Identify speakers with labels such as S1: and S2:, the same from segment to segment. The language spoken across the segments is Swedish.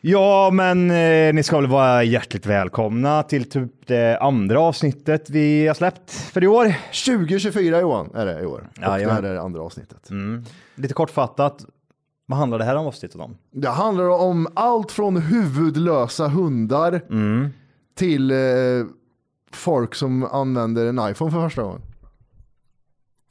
S1: Ja, men eh, ni ska väl vara hjärtligt välkomna till typ det andra avsnittet vi har släppt för i år.
S2: 2024 Johan är det i år. Och det
S1: Jajamän.
S2: här är det andra avsnittet.
S1: Lite kortfattat, vad handlar det här avsnittet om?
S2: Det handlar om allt från huvudlösa hundar
S1: Mm.
S2: till eh, folk som använder en iPhone för första gången.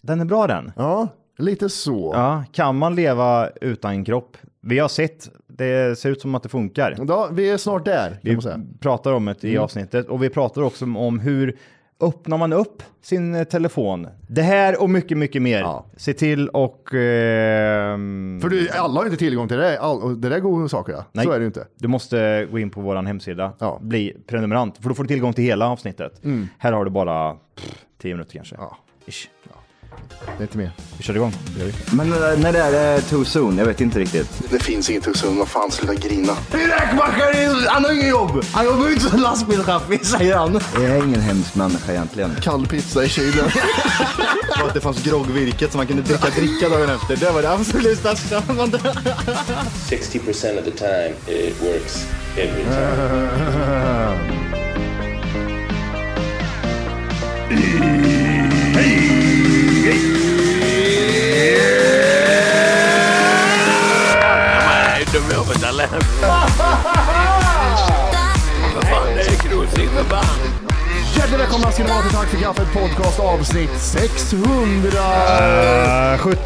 S1: Den är bra den.
S2: Ja, lite så.
S1: Ja, kan man leva utan kropp? Vi har sett, det ser ut som att det funkar.
S2: Ja, vi är snart där kan
S1: Vi
S2: man säga. Mm.
S1: pratar om det i avsnittet och vi pratar också om hur öppnar man upp sin eh, telefon. Det här och mycket, mycket mer.
S2: Ja.
S1: Se till och... ehm,
S2: För du, alla har ju inte tillgång till det. All, och det där är goda saker. ja.
S1: Nej.
S2: Så är det ju inte.
S1: Du måste gå in på vår hemsida,
S2: Ja.
S1: bli prenumerant, för då får du tillgång till hela avsnittet. Här har du bara pff, 10 minuter kanske.
S2: Ja.
S1: Ish.
S2: Det är inte mer.
S1: Vi kör igång.
S3: Men eh, när det är det too soon? Jag vet inte riktigt.
S4: Det finns inget Husum, vad fan sluta grina.
S2: Räkmackaren, han har inget jobb! Han jobbar ju inte som lastbilschaffis säger han.
S3: Jag är ingen hemsk människa egentligen.
S4: Kall pizza i kylen.
S3: Och att det fanns groggvirket som man kunde dricka dricka dagen efter. Det var det absolut största.
S5: 60% of the time, it works every time.
S2: Hjärtligt välkomna ska ni vara till Tack för kaffet podcast avsnitt 600.
S1: Uh, sjut-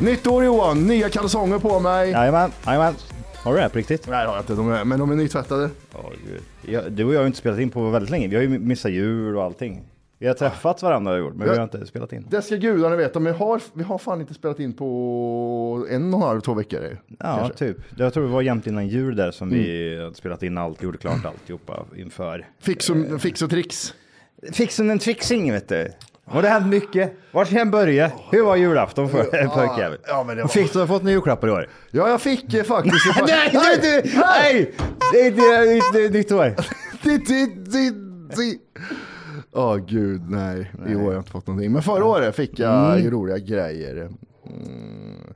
S2: Nytt år Johan, nya kalsonger på mig.
S1: Jajamän, jajamän. Har du det här på riktigt?
S2: Nej det har jag inte, de är, men de är nytvättade.
S1: Jag, du och jag har ju inte spelat in på väldigt länge. Vi har ju missat jul och allting. Vi har träffat varandra och gjort, men vi har inte spelat in.
S2: Det ska gudarna veta, men vi har, vi har fan inte spelat in på en och en halv, två veckor. är det ju,
S1: Ja,
S2: kanske. Mm.
S1: typ. Jag tror det var jämt innan jul där som vi hade spelat in allt, gjorde klart alltihopa inför.
S2: Fix och, fix och tricks.
S1: Fixen en trixing vet du. Och det har hänt mycket. Var ska jag börja? Hur var julafton för pojkjäveln?
S2: ja, men det var-
S1: Fick du fått några julklappar i år?
S2: Ja, jag fick eh, faktiskt...
S1: Nej, det är inte... Nej! Det är inte det är inte nytt år.
S2: Di- di- di- di. Åh gud, nej. I år har jag inte fått någonting. Men förra året fick jag ju roliga grejer. Mm.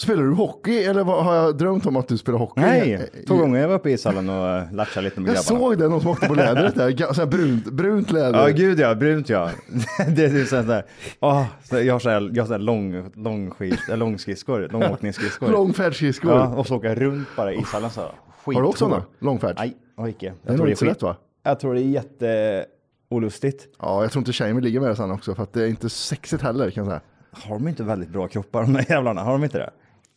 S2: Spelar du hockey eller vad, har jag drömt om att du spelar hockey?
S1: Nej,
S2: Jag-
S1: två gånger jag var uppe i ishallen och latchade lite med
S2: Jag
S1: grabbarna.
S2: såg det, någon som åkte på lädret där. Ga- Så här brunt, brunt
S1: Ja,
S2: läder.
S1: gud ja, brunt ja. Det är typ sån där, åh, så jag har så här, jag har så här lång, lång skid, äh, långskridskor, långåkningsskridskor.
S2: Långfärdsskridskor.
S1: Ja, och så åker jag runt bara i ishallen så här. Skit
S2: Har du också sådana? Långfärd?
S1: Nej, jag har icke. Jag
S2: nog
S1: tror
S2: inte så
S1: skit-
S2: lätt, va?
S1: Jag tror det är jätteolustigt.
S2: Ja, jag tror inte tjejen vill ligga med det sen också för att det är inte sexigt heller kan jag säga.
S1: Har de inte väldigt bra kroppar de där jävlarna? Har de inte det?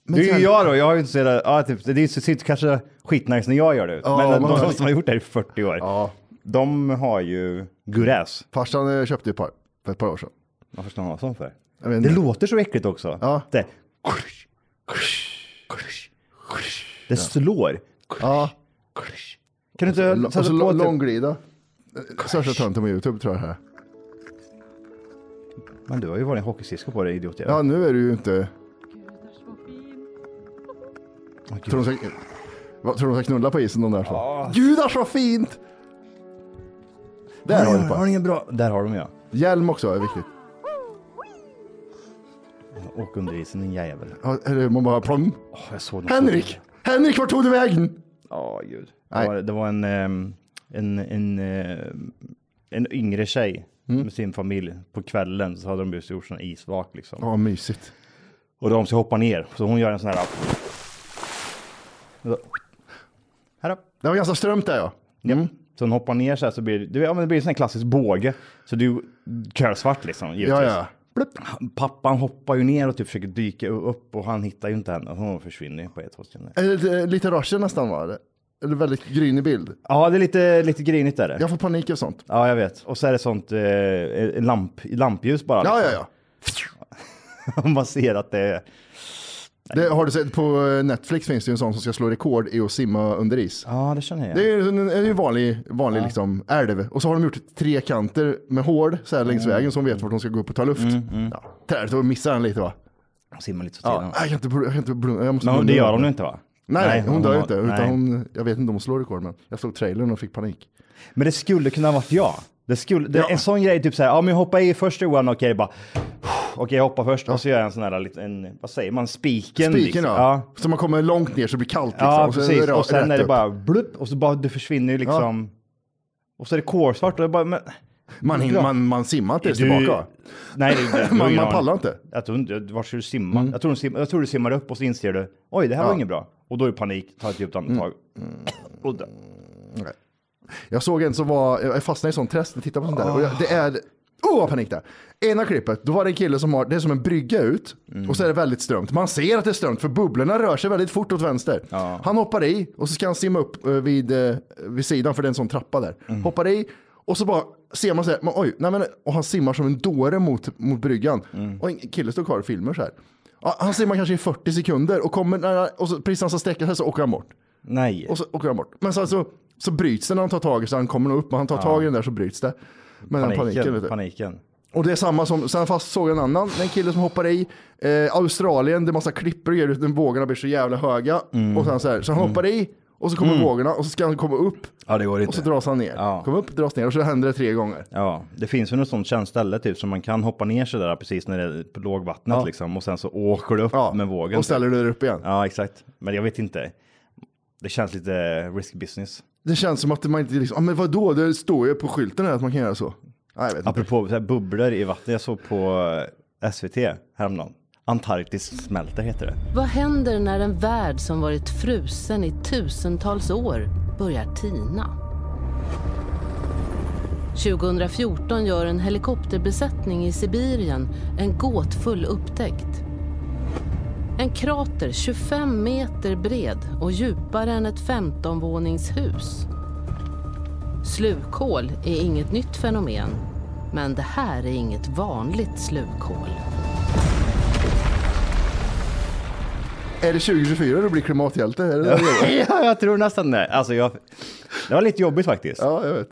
S2: Men
S1: det är ju
S2: sen-
S1: jag då, jag har ju inte så jävla- ja, typ, det är ju så- sitter kanske skitnice när jag gör det.
S2: Ja,
S1: men
S2: man
S1: de,
S2: har-
S1: de som har gjort det här i 40 år,
S2: Ja.
S1: de har ju guräs.
S2: Farsan eh, köpte ju ett par för ett par år sedan.
S1: Varför ska de ha sånt för?
S2: Jag vet
S1: Det
S2: inte.
S1: låter så äckligt också.
S2: Ja.
S1: Det, det slår.
S2: Ja,
S1: Kan du inte
S2: och så
S1: sätta
S2: lå-
S1: på typ-
S2: långglida. Eh, Största tönten på Youtube tror jag det här.
S1: Men du har ju varit en hockeysisko på dig, idiot.
S2: Ja, nu är du ju inte... Tror de ska, vad, tror de ska knulla på isen de där två? Gudar så fint! Där har du
S1: har de
S2: på.
S1: ingen bra... Där har de ja.
S2: Hjälm också är viktigt.
S1: Åk under isen din jävel.
S2: Ja, eller Man bara plong.
S1: Åh, jag såg något-
S2: Henrik! Henrik, vart tog du vägen?
S1: Ja, gud. Det
S2: Nej.
S1: var, det var en, ehm, en, en, ehm, en yngre tjej
S2: Mm.
S1: med sin familj på kvällen så hade de just gjort sån isvak liksom.
S2: Ja, mysigt.
S1: Och de ska hoppa ner. Så hon gör en sån här. Så, här då.
S2: Det var ganska strömt där ja. Mm.
S1: Ja. Så hon hoppar ner så här så blir det, du vet, ja, men det blir en sån här klassisk båge. Så du kör svart liksom.
S2: Ja,
S1: givetvis.
S2: ja. Blupp.
S1: Pappan hoppar ju ner och typ försöker dyka upp och han hittar ju inte henne. Hon försvinner ju på ett håll. till.
S2: Är det lite- Lite Russian nästan va? Eller- Eller väldigt grynig bild.
S1: Ja, det är lite, lite grinigt där.
S2: Jag får panik av sånt.
S1: Ja, jag vet. Och så är det sånt eh, lamp, lampljus bara.
S2: Ja, ja,
S1: liksom.
S2: ja.
S1: Man ser att det är...
S2: Det, har du sett på eh, Netflix finns det ju en sån som ska slå rekord i att simma under is.
S1: Ja, det känner jag.
S2: Det är ju en, en vanlig, vanlig liksom älv. Och så har de gjort tre kanter med hård så här längs
S1: Mm.
S2: vägen som vet vart de ska gå upp och ta luft. Ja, trädet och missar den lite va?
S1: De simmar lite så till.
S2: Ja.
S1: Mm, Ja.
S2: Jag kan inte, bl- jag kan inte blunda. Jag måste
S1: Men hon-
S2: blunda.
S1: det gör hon ju inte va?
S2: Nej, nej, hon dör ju
S1: har-
S2: inte. Utan
S1: nej.
S2: hon, jag vet inte om hon slår rekord, men jag såg trailern och fick panik.
S1: Men det skulle kunna ha varit jag. Det skulle, det,
S2: Ja.
S1: En sån grej, typ så här, ja men hoppa i först Johan, okej bara. Okej, jag hoppar först och så gör jag en sån här, liten- en, vad säger man, spiken.
S2: Spiken
S1: liksom.
S2: ja. Så man kommer långt ner så det blir kallt. Liksom.
S1: Ja,
S2: Och så
S1: precis.
S2: rö-
S1: Och sen
S2: rätt
S1: är det
S2: upp.
S1: bara blupp och så bara, det försvinner ju liksom. Och så är det kolsvart och det är bara, men,
S2: Man, hinner, man, man simmar tills
S1: Du-
S2: tillbaka.
S1: nej, det, det, du har
S2: Man,
S1: ingen
S2: man
S1: aning.
S2: pallar inte. Mm.
S1: Jag tror inte, var ska du simma? Jag, tror du simmar, jag tror du simmar upp och så inser du, oj det här var inget bra. Och då är det panik, ta ett djupt andetag.
S2: Mm.
S1: Och dö.
S2: Jag såg en som var, jag fastnade i sån träst när jag tittade på sånt där. Och jag, det är, oh vad panik där. Ena klippet, då var det en kille som har, det är som en brygga ut. Och så är det väldigt strömt. Man ser att det är strömt för bubblorna rör sig väldigt fort åt vänster. Han hoppar i och så ska han simma upp eh, vid, eh, vid sidan för det är en sån trappa där. Hoppar i och så bara ser man så här, men, oj, nej men, och han simmar som en dåre mot, mot bryggan. Och en kille står kvar och filmar så här. Ja, han simmar kanske i 40 sekunder och kommer nära, och så, precis när han ska sträcka sig så åker han bort.
S1: Nej.
S2: Och så åker han bort. Men sen så, så bryts det när han tar tag i så han kommer nog upp. Men han tar tag i den där så bryts det. Men den
S1: paniken.
S2: paniken. Vet
S1: Paniken.
S2: du. Och det är samma som, sen fast såg jag en annan, det är en kille som hoppar i eh, Australien, det är massa klippor och grejer, utan vågorna blir så jävla höga.
S1: Mm.
S2: Och sen så här, så han hoppar i och så kommer vågorna och så ska han komma upp
S1: Ja, Mm. det går
S2: och
S1: inte.
S2: så dras han ner.
S1: Ja.
S2: Kom upp, dras ner och så händer det tre gånger.
S1: Ja, det finns ju något sånt tjänställe typ som man kan hoppa ner sig där precis när det är på lågvattnet liksom och sen så åker du upp
S2: Ja.
S1: med vågen.
S2: Och ställer du dig upp igen.
S1: Ja, exakt. Men jag vet inte. Det känns lite risk business.
S2: Det känns som att man inte liksom, ah, men vadå, det står ju på skylten här att man kan göra så. Nej, jag vet inte.
S1: Apropå så här, bubblor i vattnet, jag såg på eh, SVT häromdagen. Antarktis smälter heter det.
S6: Vad händer när en värld som varit frusen i tusentals år börjar tina? 2014 gör en helikopterbesättning i Sibirien en gåtfull upptäckt. En krater 25 meter bred och djupare än ett 15-våningshus. Slukhål är inget nytt fenomen, men det här är inget vanligt slukhål.
S2: Är det 2024 du blir klimathjälte? Är det det du gör?
S1: ja, jag tror nästan det. Alltså, jag... Det var lite jobbigt faktiskt.
S2: ja, jag vet.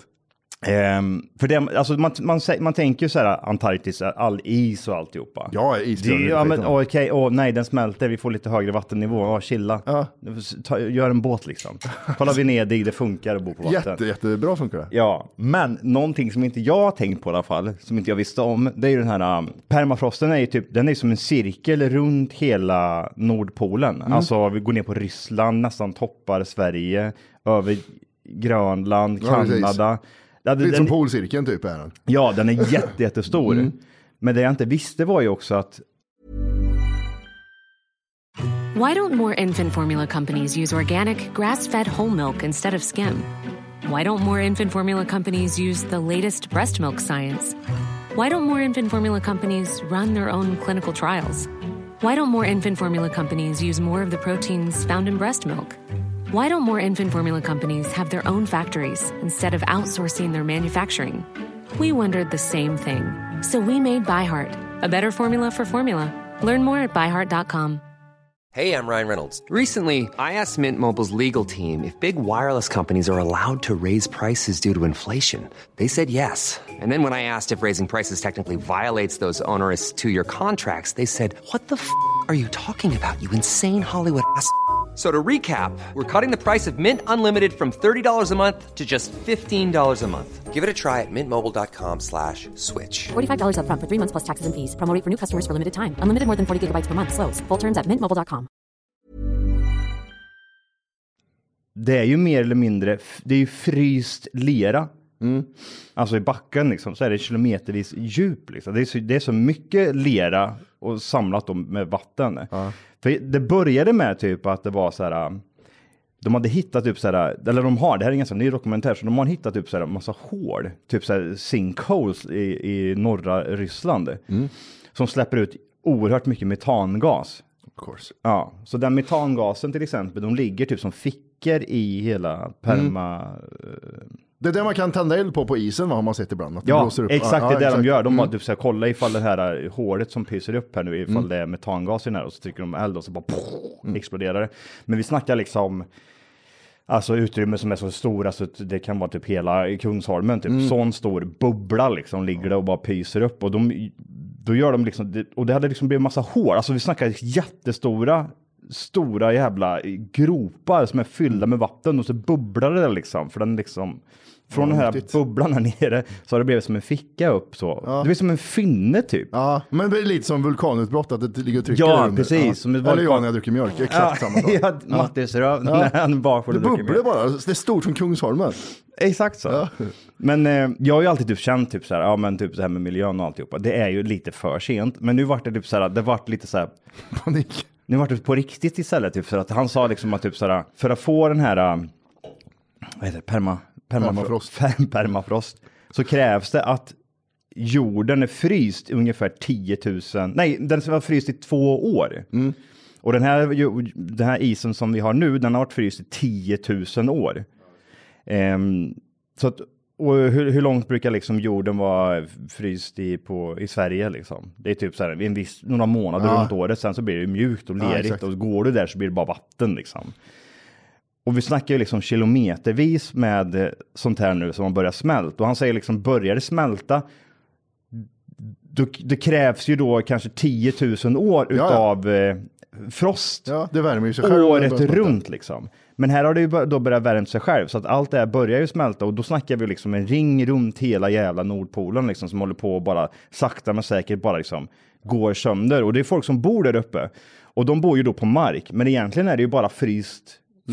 S1: Ehm, för det, alltså, man, man, sä- man tänker ju så här Antarktis, all is och alltihopa.
S2: Ja,
S1: Det,
S2: isbjörn.
S1: ja, men åh, okej, åh nej, den smälter, vi får lite högre vattennivå, åh chilla.
S2: Ja.
S1: Ta, gör en båt liksom. Kolla Venedig, det funkar att bo på vatten.
S2: Jätte, jättebra funkar det.
S1: Ja, men någonting som inte jag har tänkt på i alla fall, som inte jag visste om, det är ju den här um, permafrosten är ju typ, den är ju som en cirkel runt hela Nordpolen.
S2: Mm.
S1: Alltså vi går ner på Ryssland, nästan toppar Sverige, över Grönland,
S2: Ja, precis.
S1: Kanada. Ja,
S2: Lite
S1: den-
S2: som polcirkeln typ är den.
S1: Ja, den är jätte, jättestor. Men det jag inte visste var ju också att
S7: Why don't more infant formula companies use organic, grass fed whole milk instead of skim? Why don't more infant formula companies use the latest breast milk science? Why don't more infant formula companies run their own clinical trials? Why don't more infant formula companies use more of the proteins found in breast milk? Why don't more infant formula companies have their own factories instead of outsourcing their manufacturing? We wondered the same thing. So we made ByHeart, a better formula for formula. Learn more at byheart.com.
S8: Hey, I'm Ryan Reynolds. Recently, I asked Mint Mobile's legal team if big wireless companies are allowed to raise prices due to inflation. They said yes. And then when I asked if raising prices technically violates those onerous two year contracts, they said, What the f are you talking about, you insane Hollywood ass? f- So to recap, we're cutting the price of Mint Unlimited from $30 a month to just $15 a month. Give it a try at mintmobile.com slash switch.
S7: $45 upfront for three months plus taxes and fees. Promo rate for new customers for limited time. Unlimited more than 40 gigabytes per month. Slows. Full terms at mintmobile.com.
S1: det är ju mer eller mindre, det är ju fryst lera Alltså i backen liksom, så är det kilometervis djup. Liksom. Det, är så, det är så mycket lera och samlat då med vatten. För det började med typ att det var så här. De hade hittat typ så här, eller de har, det här är en ganska ny dokumentär, så de har hittat typ så här massa hål, typ så här sinkholes i, i norra Ryssland. Som släpper ut oerhört mycket metangas.
S2: Of course.
S1: Ja, så den metangasen till exempel, de ligger typ som fickor i hela perma...
S2: Det är det man kan tända eld på på isen vad har man sett ibland. Att det
S1: Ja,
S2: blåser upp.
S1: exakt
S2: Ja, Mm.
S1: det är det
S2: ja,
S1: de gör. De bara typ så här, kolla ifall det här eh, hålet som pyser upp här nu, ifall
S2: Mm.
S1: det är metangas i den här och så trycker de eld och så bara pff, exploderar det. Men vi snackar liksom Alltså utrymme som är så stora så att det kan vara typ hela Kungsholmen, typ
S2: Mm.
S1: sån stor bubbla liksom ligger det och bara pyser upp och de, då gör de liksom, det- och det hade liksom blivit massa hål, alltså vi snackar jättestora, stora jävla gropar som är fyllda med vatten och så bubblar det liksom, för den liksom, från den här bubblan här nere så har det blivit som en ficka upp så. Det blir som en finne typ.
S2: Ja, men det är lite som vulkanutbrott, att det ligger och trycker
S1: Ja,
S2: där under.
S1: precis, som ett
S2: Eller jag
S1: vulkan-
S2: när jag dricker mjölk, exakt samma sak.
S1: Ja, Mattis röv när han bara får
S2: Det
S1: dricka mjölk.
S2: bubblar bara, alltså, det är stort som Kungsholmen.
S1: Exakt så. Men eh, jag har ju alltid typ känt typ så här, ja men typ det här med miljön och alltihopa, det är ju lite för sent. Men nu vart det typ så här, det vart lite så här,
S2: Panik.
S1: nu vart det på riktigt istället, typ så här, att han sa liksom att typ så här, för att få den här, eh, vad heter det, perma, permafrost.
S2: Permafrost.
S1: permafrost, så krävs det att jorden är fryst i ungefär 10 000, nej den ska vara fryst i två år. Och den här, ju- den här isen som vi har nu, den har varit fryst i 10 000 år. Ehm, så att, och hur, hur långt brukar liksom jorden vara fryst i, på, i Sverige? Liksom? Det är typ så här, en viss, några månader runt året, sen så blir det ju mjukt och lerigt
S2: exakt.
S1: och går du där så blir det bara vatten. Liksom. Och vi snackar ju liksom kilometervis med eh, sånt här nu som har börjat smälta. Och han säger liksom, börjar det smälta, då, det krävs ju då kanske 10 000 år
S2: ja.
S1: utav eh, frost
S2: Ja, det värmer ju sig själv.
S1: året runt liksom. Men här har det ju bör- då börjat värma sig själv så att allt det här börjar ju smälta och då snackar vi liksom en ring runt hela jävla Nordpolen liksom som håller på och bara sakta men säkert bara liksom går sönder och det är folk som bor där uppe och de bor ju då på mark men egentligen är det ju bara fryst,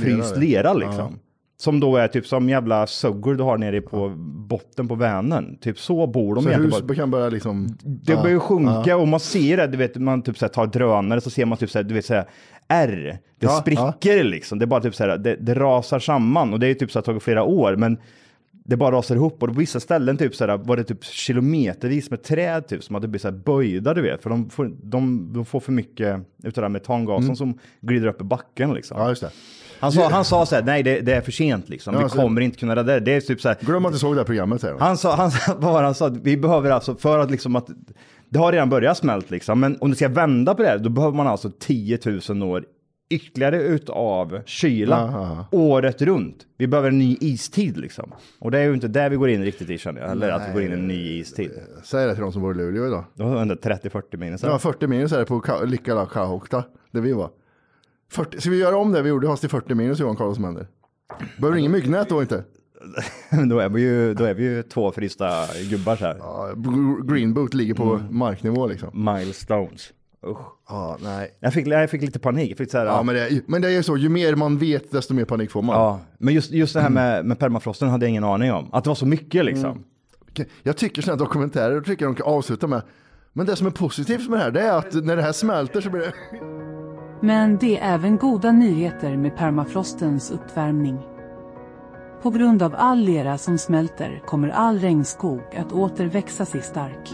S1: fryst lera liksom. Som då är typ som jävla suggor du har nere på botten på Vänern. Typ så bor de
S2: Så
S1: egentligen.
S2: hus
S1: bara.
S2: kan börja liksom...
S1: Det börjar ju sjunka och man ser det, du vet, man typ så här tar drönare så ser man typ så här, du vet så här, R, det
S2: Ja,
S1: spricker liksom, det är bara typ så här, det, det rasar samman och det är typ så här tagit flera år, men det bara rasar ihop och på vissa ställen typ så här, var det typ kilometervis med träd typ som hade blivit så här böjda, du vet, för de får, de, de får för mycket utav den metangasen som glider upp i backen liksom.
S2: Ja, just det.
S1: Mm. han, sa, han sa så här, nej det, det är för sent liksom, vi
S2: alltså-
S1: kommer inte kunna rädda det. Det är typ så här,
S2: Glöm att du såg det här programmet säger de.
S1: han sa, han, sa- vad var det han sa? Vi behöver alltså, för att liksom att, det har redan börjat smält liksom, men om du ska vända på det här, då behöver man alltså 10 000 år ytterligare utav kyla
S2: Aha.
S1: året runt. Vi behöver en ny istid liksom. Och det är ju inte där vi går in riktigt i känner jag, eller att vi går in i en ny istid.
S2: Säg det till de som bor i Luleå idag.
S1: Det var ändå 30-40 minus.
S2: Det var 40 minus här på Ka- Likkala Kahokta, där vi var. 40, ska vi göra om det vi gjorde fast i 40 minus Johan Karlsson händer? Behöver ingen myggnät då inte?
S1: då, är vi ju, då är vi ju två frysta gubbar så här.
S2: Ja, Gr- Green Boot ligger på
S1: Mm.
S2: marknivå liksom.
S1: Milestones. Usch.
S2: Ja, nej.
S1: Jag fick, jag fick lite panik. Jag fick så här,
S2: Ja, men, det, men det är ju så, ju mer man vet desto mer panik får man.
S1: ja. men just, just det här med, med permafrosten hade jag ingen aning om. Att det var så mycket liksom.
S2: Mm. Okej, Jag tycker sådana dokumentärer, jag tycker de kan avsluta med. Men det som är positivt med det här, det är att när det här smälter så blir det...
S9: Men det är även goda nyheter med permafrostens uppvärmning. På grund av all lera som smälter kommer all regnskog att åter växa sig stark.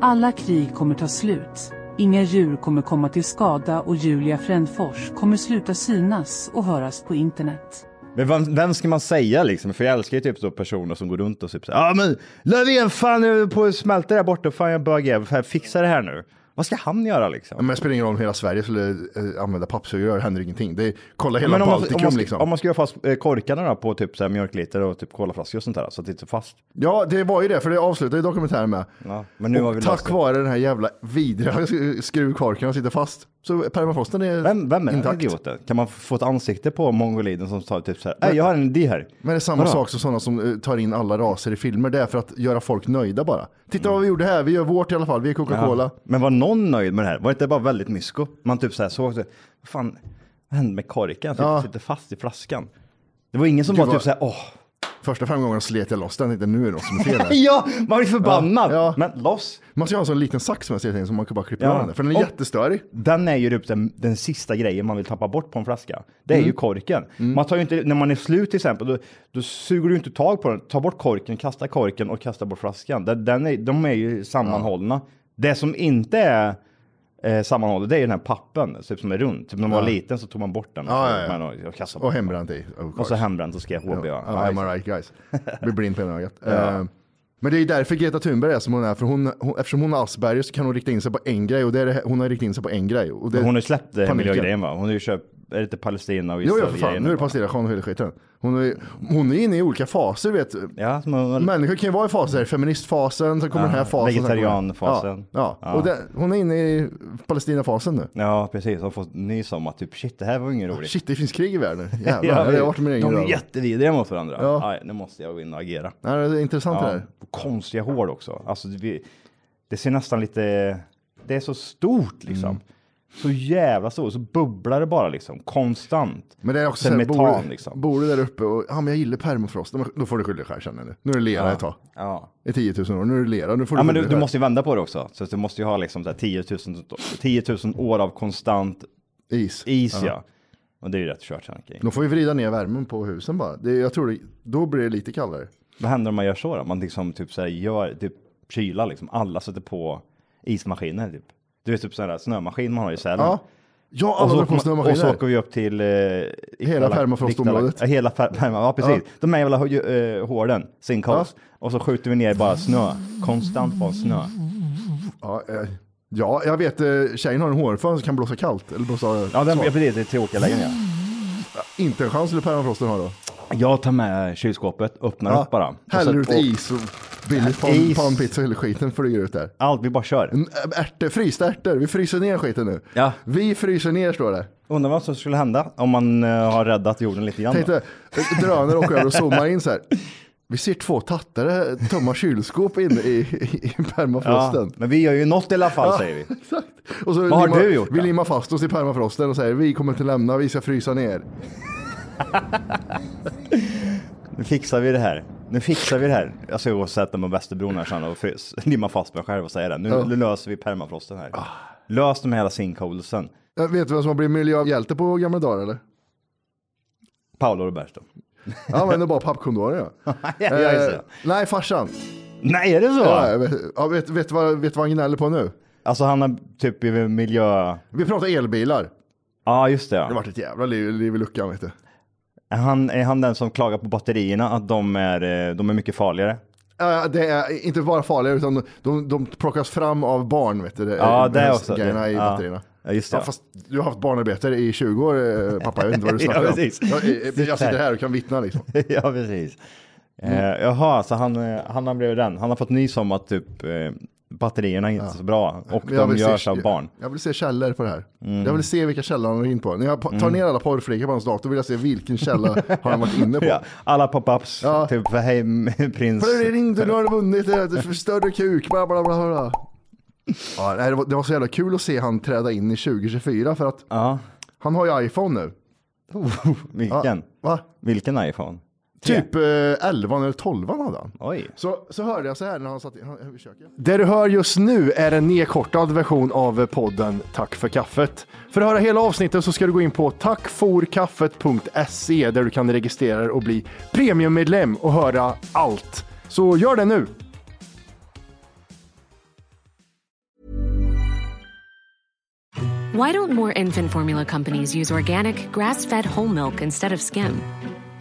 S9: Alla krig kommer ta slut, inga djur kommer komma till skada och Julia Frändfors kommer sluta synas och höras på internet.
S1: Men vem, vem ska man säga liksom? För jag älskar ju typ så personer som går runt och typ så här, ja men Löfven fan jag är på att smälta där borta, fan jag bög fan fixa det här nu. Vad ska han göra liksom?
S2: Ja, Men det spelar ingen roll om hela Sverige skulle eh, använda pappsugrör, det händer ingenting. Det är, kolla hela
S1: Men om man, om,
S2: Baltikum
S1: man ska,
S2: liksom.
S1: om man ska göra fast eh, korkarna då, på typ så här mjölkliter och typ kolaflaskor och sånt där så att det inte är fast.
S2: Ja, det var ju det, för det avslutar ju dokumentären med.
S1: Ja, men nu
S2: och
S1: har vi löst
S2: tack
S1: det.
S2: vare den här jävla vidriga sk- skruvkorken som sitter fast. Så permafrosten är
S1: Vem, vem är den här
S2: intakt.
S1: idioten? Kan man få ett ansikte på mongoliden som sa typ så här, "Ey, jag har en idé här.
S2: Men det är samma
S1: Vadå?
S2: sak som sådana som eh, tar in alla raser i filmer. Det är för att göra folk nöjda bara. Titta vad vi gjorde här, vi gör vårt i alla fall, vi är Coca-Cola.
S1: Men var någon nöjd med det här? Var det inte bara väldigt mysko? Man typ så här såg, så, här, vad fan, vad hände med korken? Typ,
S2: Ja.
S1: Sitter fast i flaskan. Det var ingen som
S2: Gud,
S1: var typ
S2: vad-
S1: så här, åh,
S2: Första fem gångerna slet jag loss den. Tänkte, nu är det något som är fel här.
S1: ja, man blir förbannad.
S2: Ja, ja.
S1: Men loss.
S2: Man ska ha en sån liten sax med sig jag tänkte, som man kan bara klippa
S1: Ja.
S2: ja. den. För den är
S1: Och-
S2: jättestörig.
S1: Den är ju typ den, den sista grejen man vill tappa bort på en flaska. Det är
S2: Mm.
S1: ju korken. Man tar ju inte, när man är slut till exempel, då, då suger du inte tag på den. Ta bort korken, kasta korken och kasta bort flaskan. Den, den är, de är ju sammanhållna. Det som inte är eh, sammanhållet, det är ju den här pappen typ, som är rund. Typ när man var liten så tog man bort den och,
S2: Ja,
S1: så
S2: ja, ja.
S1: man och, och kastade bort
S2: Och
S1: den.
S2: hembränt i. of
S1: Och så
S2: course.
S1: hembränt och skrev HB.
S2: Ja,
S1: Ja,
S2: ja, am I right guys? Blir blind på ena ögat. Eh, Men det är ju därför Greta Thunberg är som hon är, för hon, hon, eftersom hon har Asperger så kan hon rikta in sig på en grej och det är det, här- hon har riktat in sig på en grej. Och det,
S1: Men Hon har ju släppt eh,
S2: Paniken.
S1: miljögrejen va? Hon har ju köpt, är det inte Palestina och
S2: Jo,
S1: Israel?
S2: ja, för fan. Nu är det Palestinaskan och hela skiten. Hon är, hon är inne i olika faser, vet du.
S1: Ja, som hon,
S2: Människor kan ju vara i faser, feministfasen, sen kommer
S1: Ja,
S2: den här fasen. sen kommer-
S1: Mm. Ah, vegetarianfasen. Ah.
S2: Ja, ja.
S1: Ja.
S2: och det, hon är inne i Palestinafasen nu.
S1: ja precis, hon har fått nys om att typ shit det här var ju inget roligt.
S2: Shit, det finns krig i världen. Jävlar, det har varit min egen
S1: De är
S2: röv.
S1: jättevidriga mot varandra.
S2: Ja.
S1: Aj, nu måste jag gå in och agera.
S2: Nej, Det är intressant det
S1: Ja,
S2: där.
S1: konstiga hål också. Alltså, det, vi- det ser nästan lite... Det är så stort liksom.
S2: Mm.
S1: Så jävla stort. Så bubblar det bara liksom konstant.
S2: Men det är också
S1: Sen
S2: så här,
S1: metan
S2: bor,
S1: liksom.
S2: bor du där uppe och ja, men jag gillar permafrost, Ja, men då får du skylla dig själv känner du. Nu är det lera ett tag,
S1: Ja.
S2: i 10 000 år, nu är det lera, nu får du
S1: Ja, men du,
S2: skylla dig
S1: du
S2: själv.
S1: måste ju vända på det också. Så att du måste ju ha liksom så här 10, 000, 10 000 år av konstant
S2: Is.
S1: is. Ja. Och det är ju rätt kört. tanke.
S2: Då får vi vrida ner värmen på husen bara. Det, jag tror det, då blir det lite kallare.
S1: Vad händer om man gör så då? Man liksom typ så här gör typ kyla liksom. Alla sätter på ismaskiner typ. Du vet typ sån där snömaskin man har i Sälen.
S2: Ja, ja
S1: Och
S2: alla
S1: så,
S2: drar på
S1: åker man, och så åker
S2: snömaskiner.
S1: vi upp till... Eh, Ikdala-
S2: permafrostområdet.
S1: Ikdala- Ja, hela per, perma, ja precis. De här jävla hö- eh, hålen, sinkholes. Och så skjuter vi ner bara snö, konstant bara snö.
S2: Ja, eh, ja, jag vet, eh, tjejen har en hårfön som kan blåsa kallt. Eller blåsa
S1: Ja, den,
S2: svalt.
S1: ja precis, det är tråkiga lägen ja.
S2: Inte en chans skulle permafrosten ha då.
S1: Jag tar med kylskåpet, öppnar upp bara. Och så-
S2: Ah, Häller ut
S1: och-
S2: is och billigt pan,
S1: Is.
S2: panpizza och hela skiten flyger ut där.
S1: Allt, vi bara kör.
S2: Mm, Ärtor, frysta ärtor, vi fryser ner skiten nu.
S1: Ja.
S2: Vi fryser ner står det.
S1: Undrar vad som skulle hända om man eh, har räddat jorden lite grann. då.
S2: Tänkte, eh, drönare åker över och zoomar in så här. Vi ser två tattare tömma kylskåp inne i, i, i
S1: ja,
S2: permafrosten.
S1: men vi gör ju något i alla fall säger vi.
S2: Exakt. Och så
S1: Vad har du gjort
S2: Vi
S1: då?
S2: limmar fast oss i permafrosten och säger vi kommer inte lämna, vi ska frysa ner.
S1: Nu fixar vi det här. Nu fixar vi det här. Jag ska gå och sätta mig på Västerbron här sen och frys- limma fast mig själv och säga det. Nu, nu löser vi permafrosten här.
S2: Ah.
S1: Lös de här hela sinkhålsen.
S2: Äh, Vet du vem som har blivit miljöhjälte på gamla dagar eller?
S1: Paolo Roberto.
S2: Ja men det är bara pappkondorer ja.
S1: Ja, just det.
S2: nej farsan.
S1: Nej, är det så?
S2: Eh. Ja, jag vet, ja, vet, vet, du vad, vet du vad han gnäller på nu?
S1: Alltså han har typ i miljö... Ja,
S2: Vi pratar elbilar.
S1: just det.
S2: Det
S1: Ja.
S2: har varit ett jävla liv, liv i luckan vet du.
S1: Är, han, är han den som klagar på batterierna, att de är, eh, de är mycket farligare?
S2: Ja, det är inte bara farliga utan de, de plockas fram av barn vet du.
S1: Ja, det
S2: här
S1: också.
S2: Grejerna i
S1: Ja.
S2: batterierna.
S1: Ja, just det,
S2: Ja,
S1: ja.
S2: fast du har haft barnarbete i 20 år eh, pappa, jag vet inte vad du
S1: Ja,
S2: snackar om.
S1: precis.
S2: Jag, eh, jag sitter här och kan vittna liksom.
S1: ja, precis.
S2: Mm.
S1: Eh, jaha, så han, eh, han har blivit den. Han har fått nys om att typ eh, batterierna är inte så bra och
S2: Men jag
S1: de
S2: vill se-
S1: görs av barn. Mm.
S2: Jag vill se källor på det här. Jag vill se vilka källor han har varit in på. När jag po- tar ner alla porrflikar på hans dator vill jag se vilken källa har han varit inne på.
S1: Ja, alla pop-ups,
S2: Ja.
S1: typ hej m- prins.
S2: För det är inte, nu har du vunnit, det är för större kuk, bla bla bla. bla. Ja, nej, det, var, det var så jävla kul att se han träda in i 2024 för att
S1: Ja,
S2: han har ju iPhone nu.
S1: vilken?
S2: Va?
S1: Vilken iPhone? Tre.
S2: Typ eh, 11 eller 12 hade han.
S1: Oj.
S2: Så, så hörde jag så här när han satt i, han, i köket. Det du hör just nu är en nedkortad version av podden Tack för kaffet. För att höra hela avsnittet så ska du gå in på tackforkaffet.se där du kan registrera dig och bli premiummedlem och höra allt. Så gör det nu!
S7: Why don't more infant formula companies use organic, grass fed whole milk instead of skim?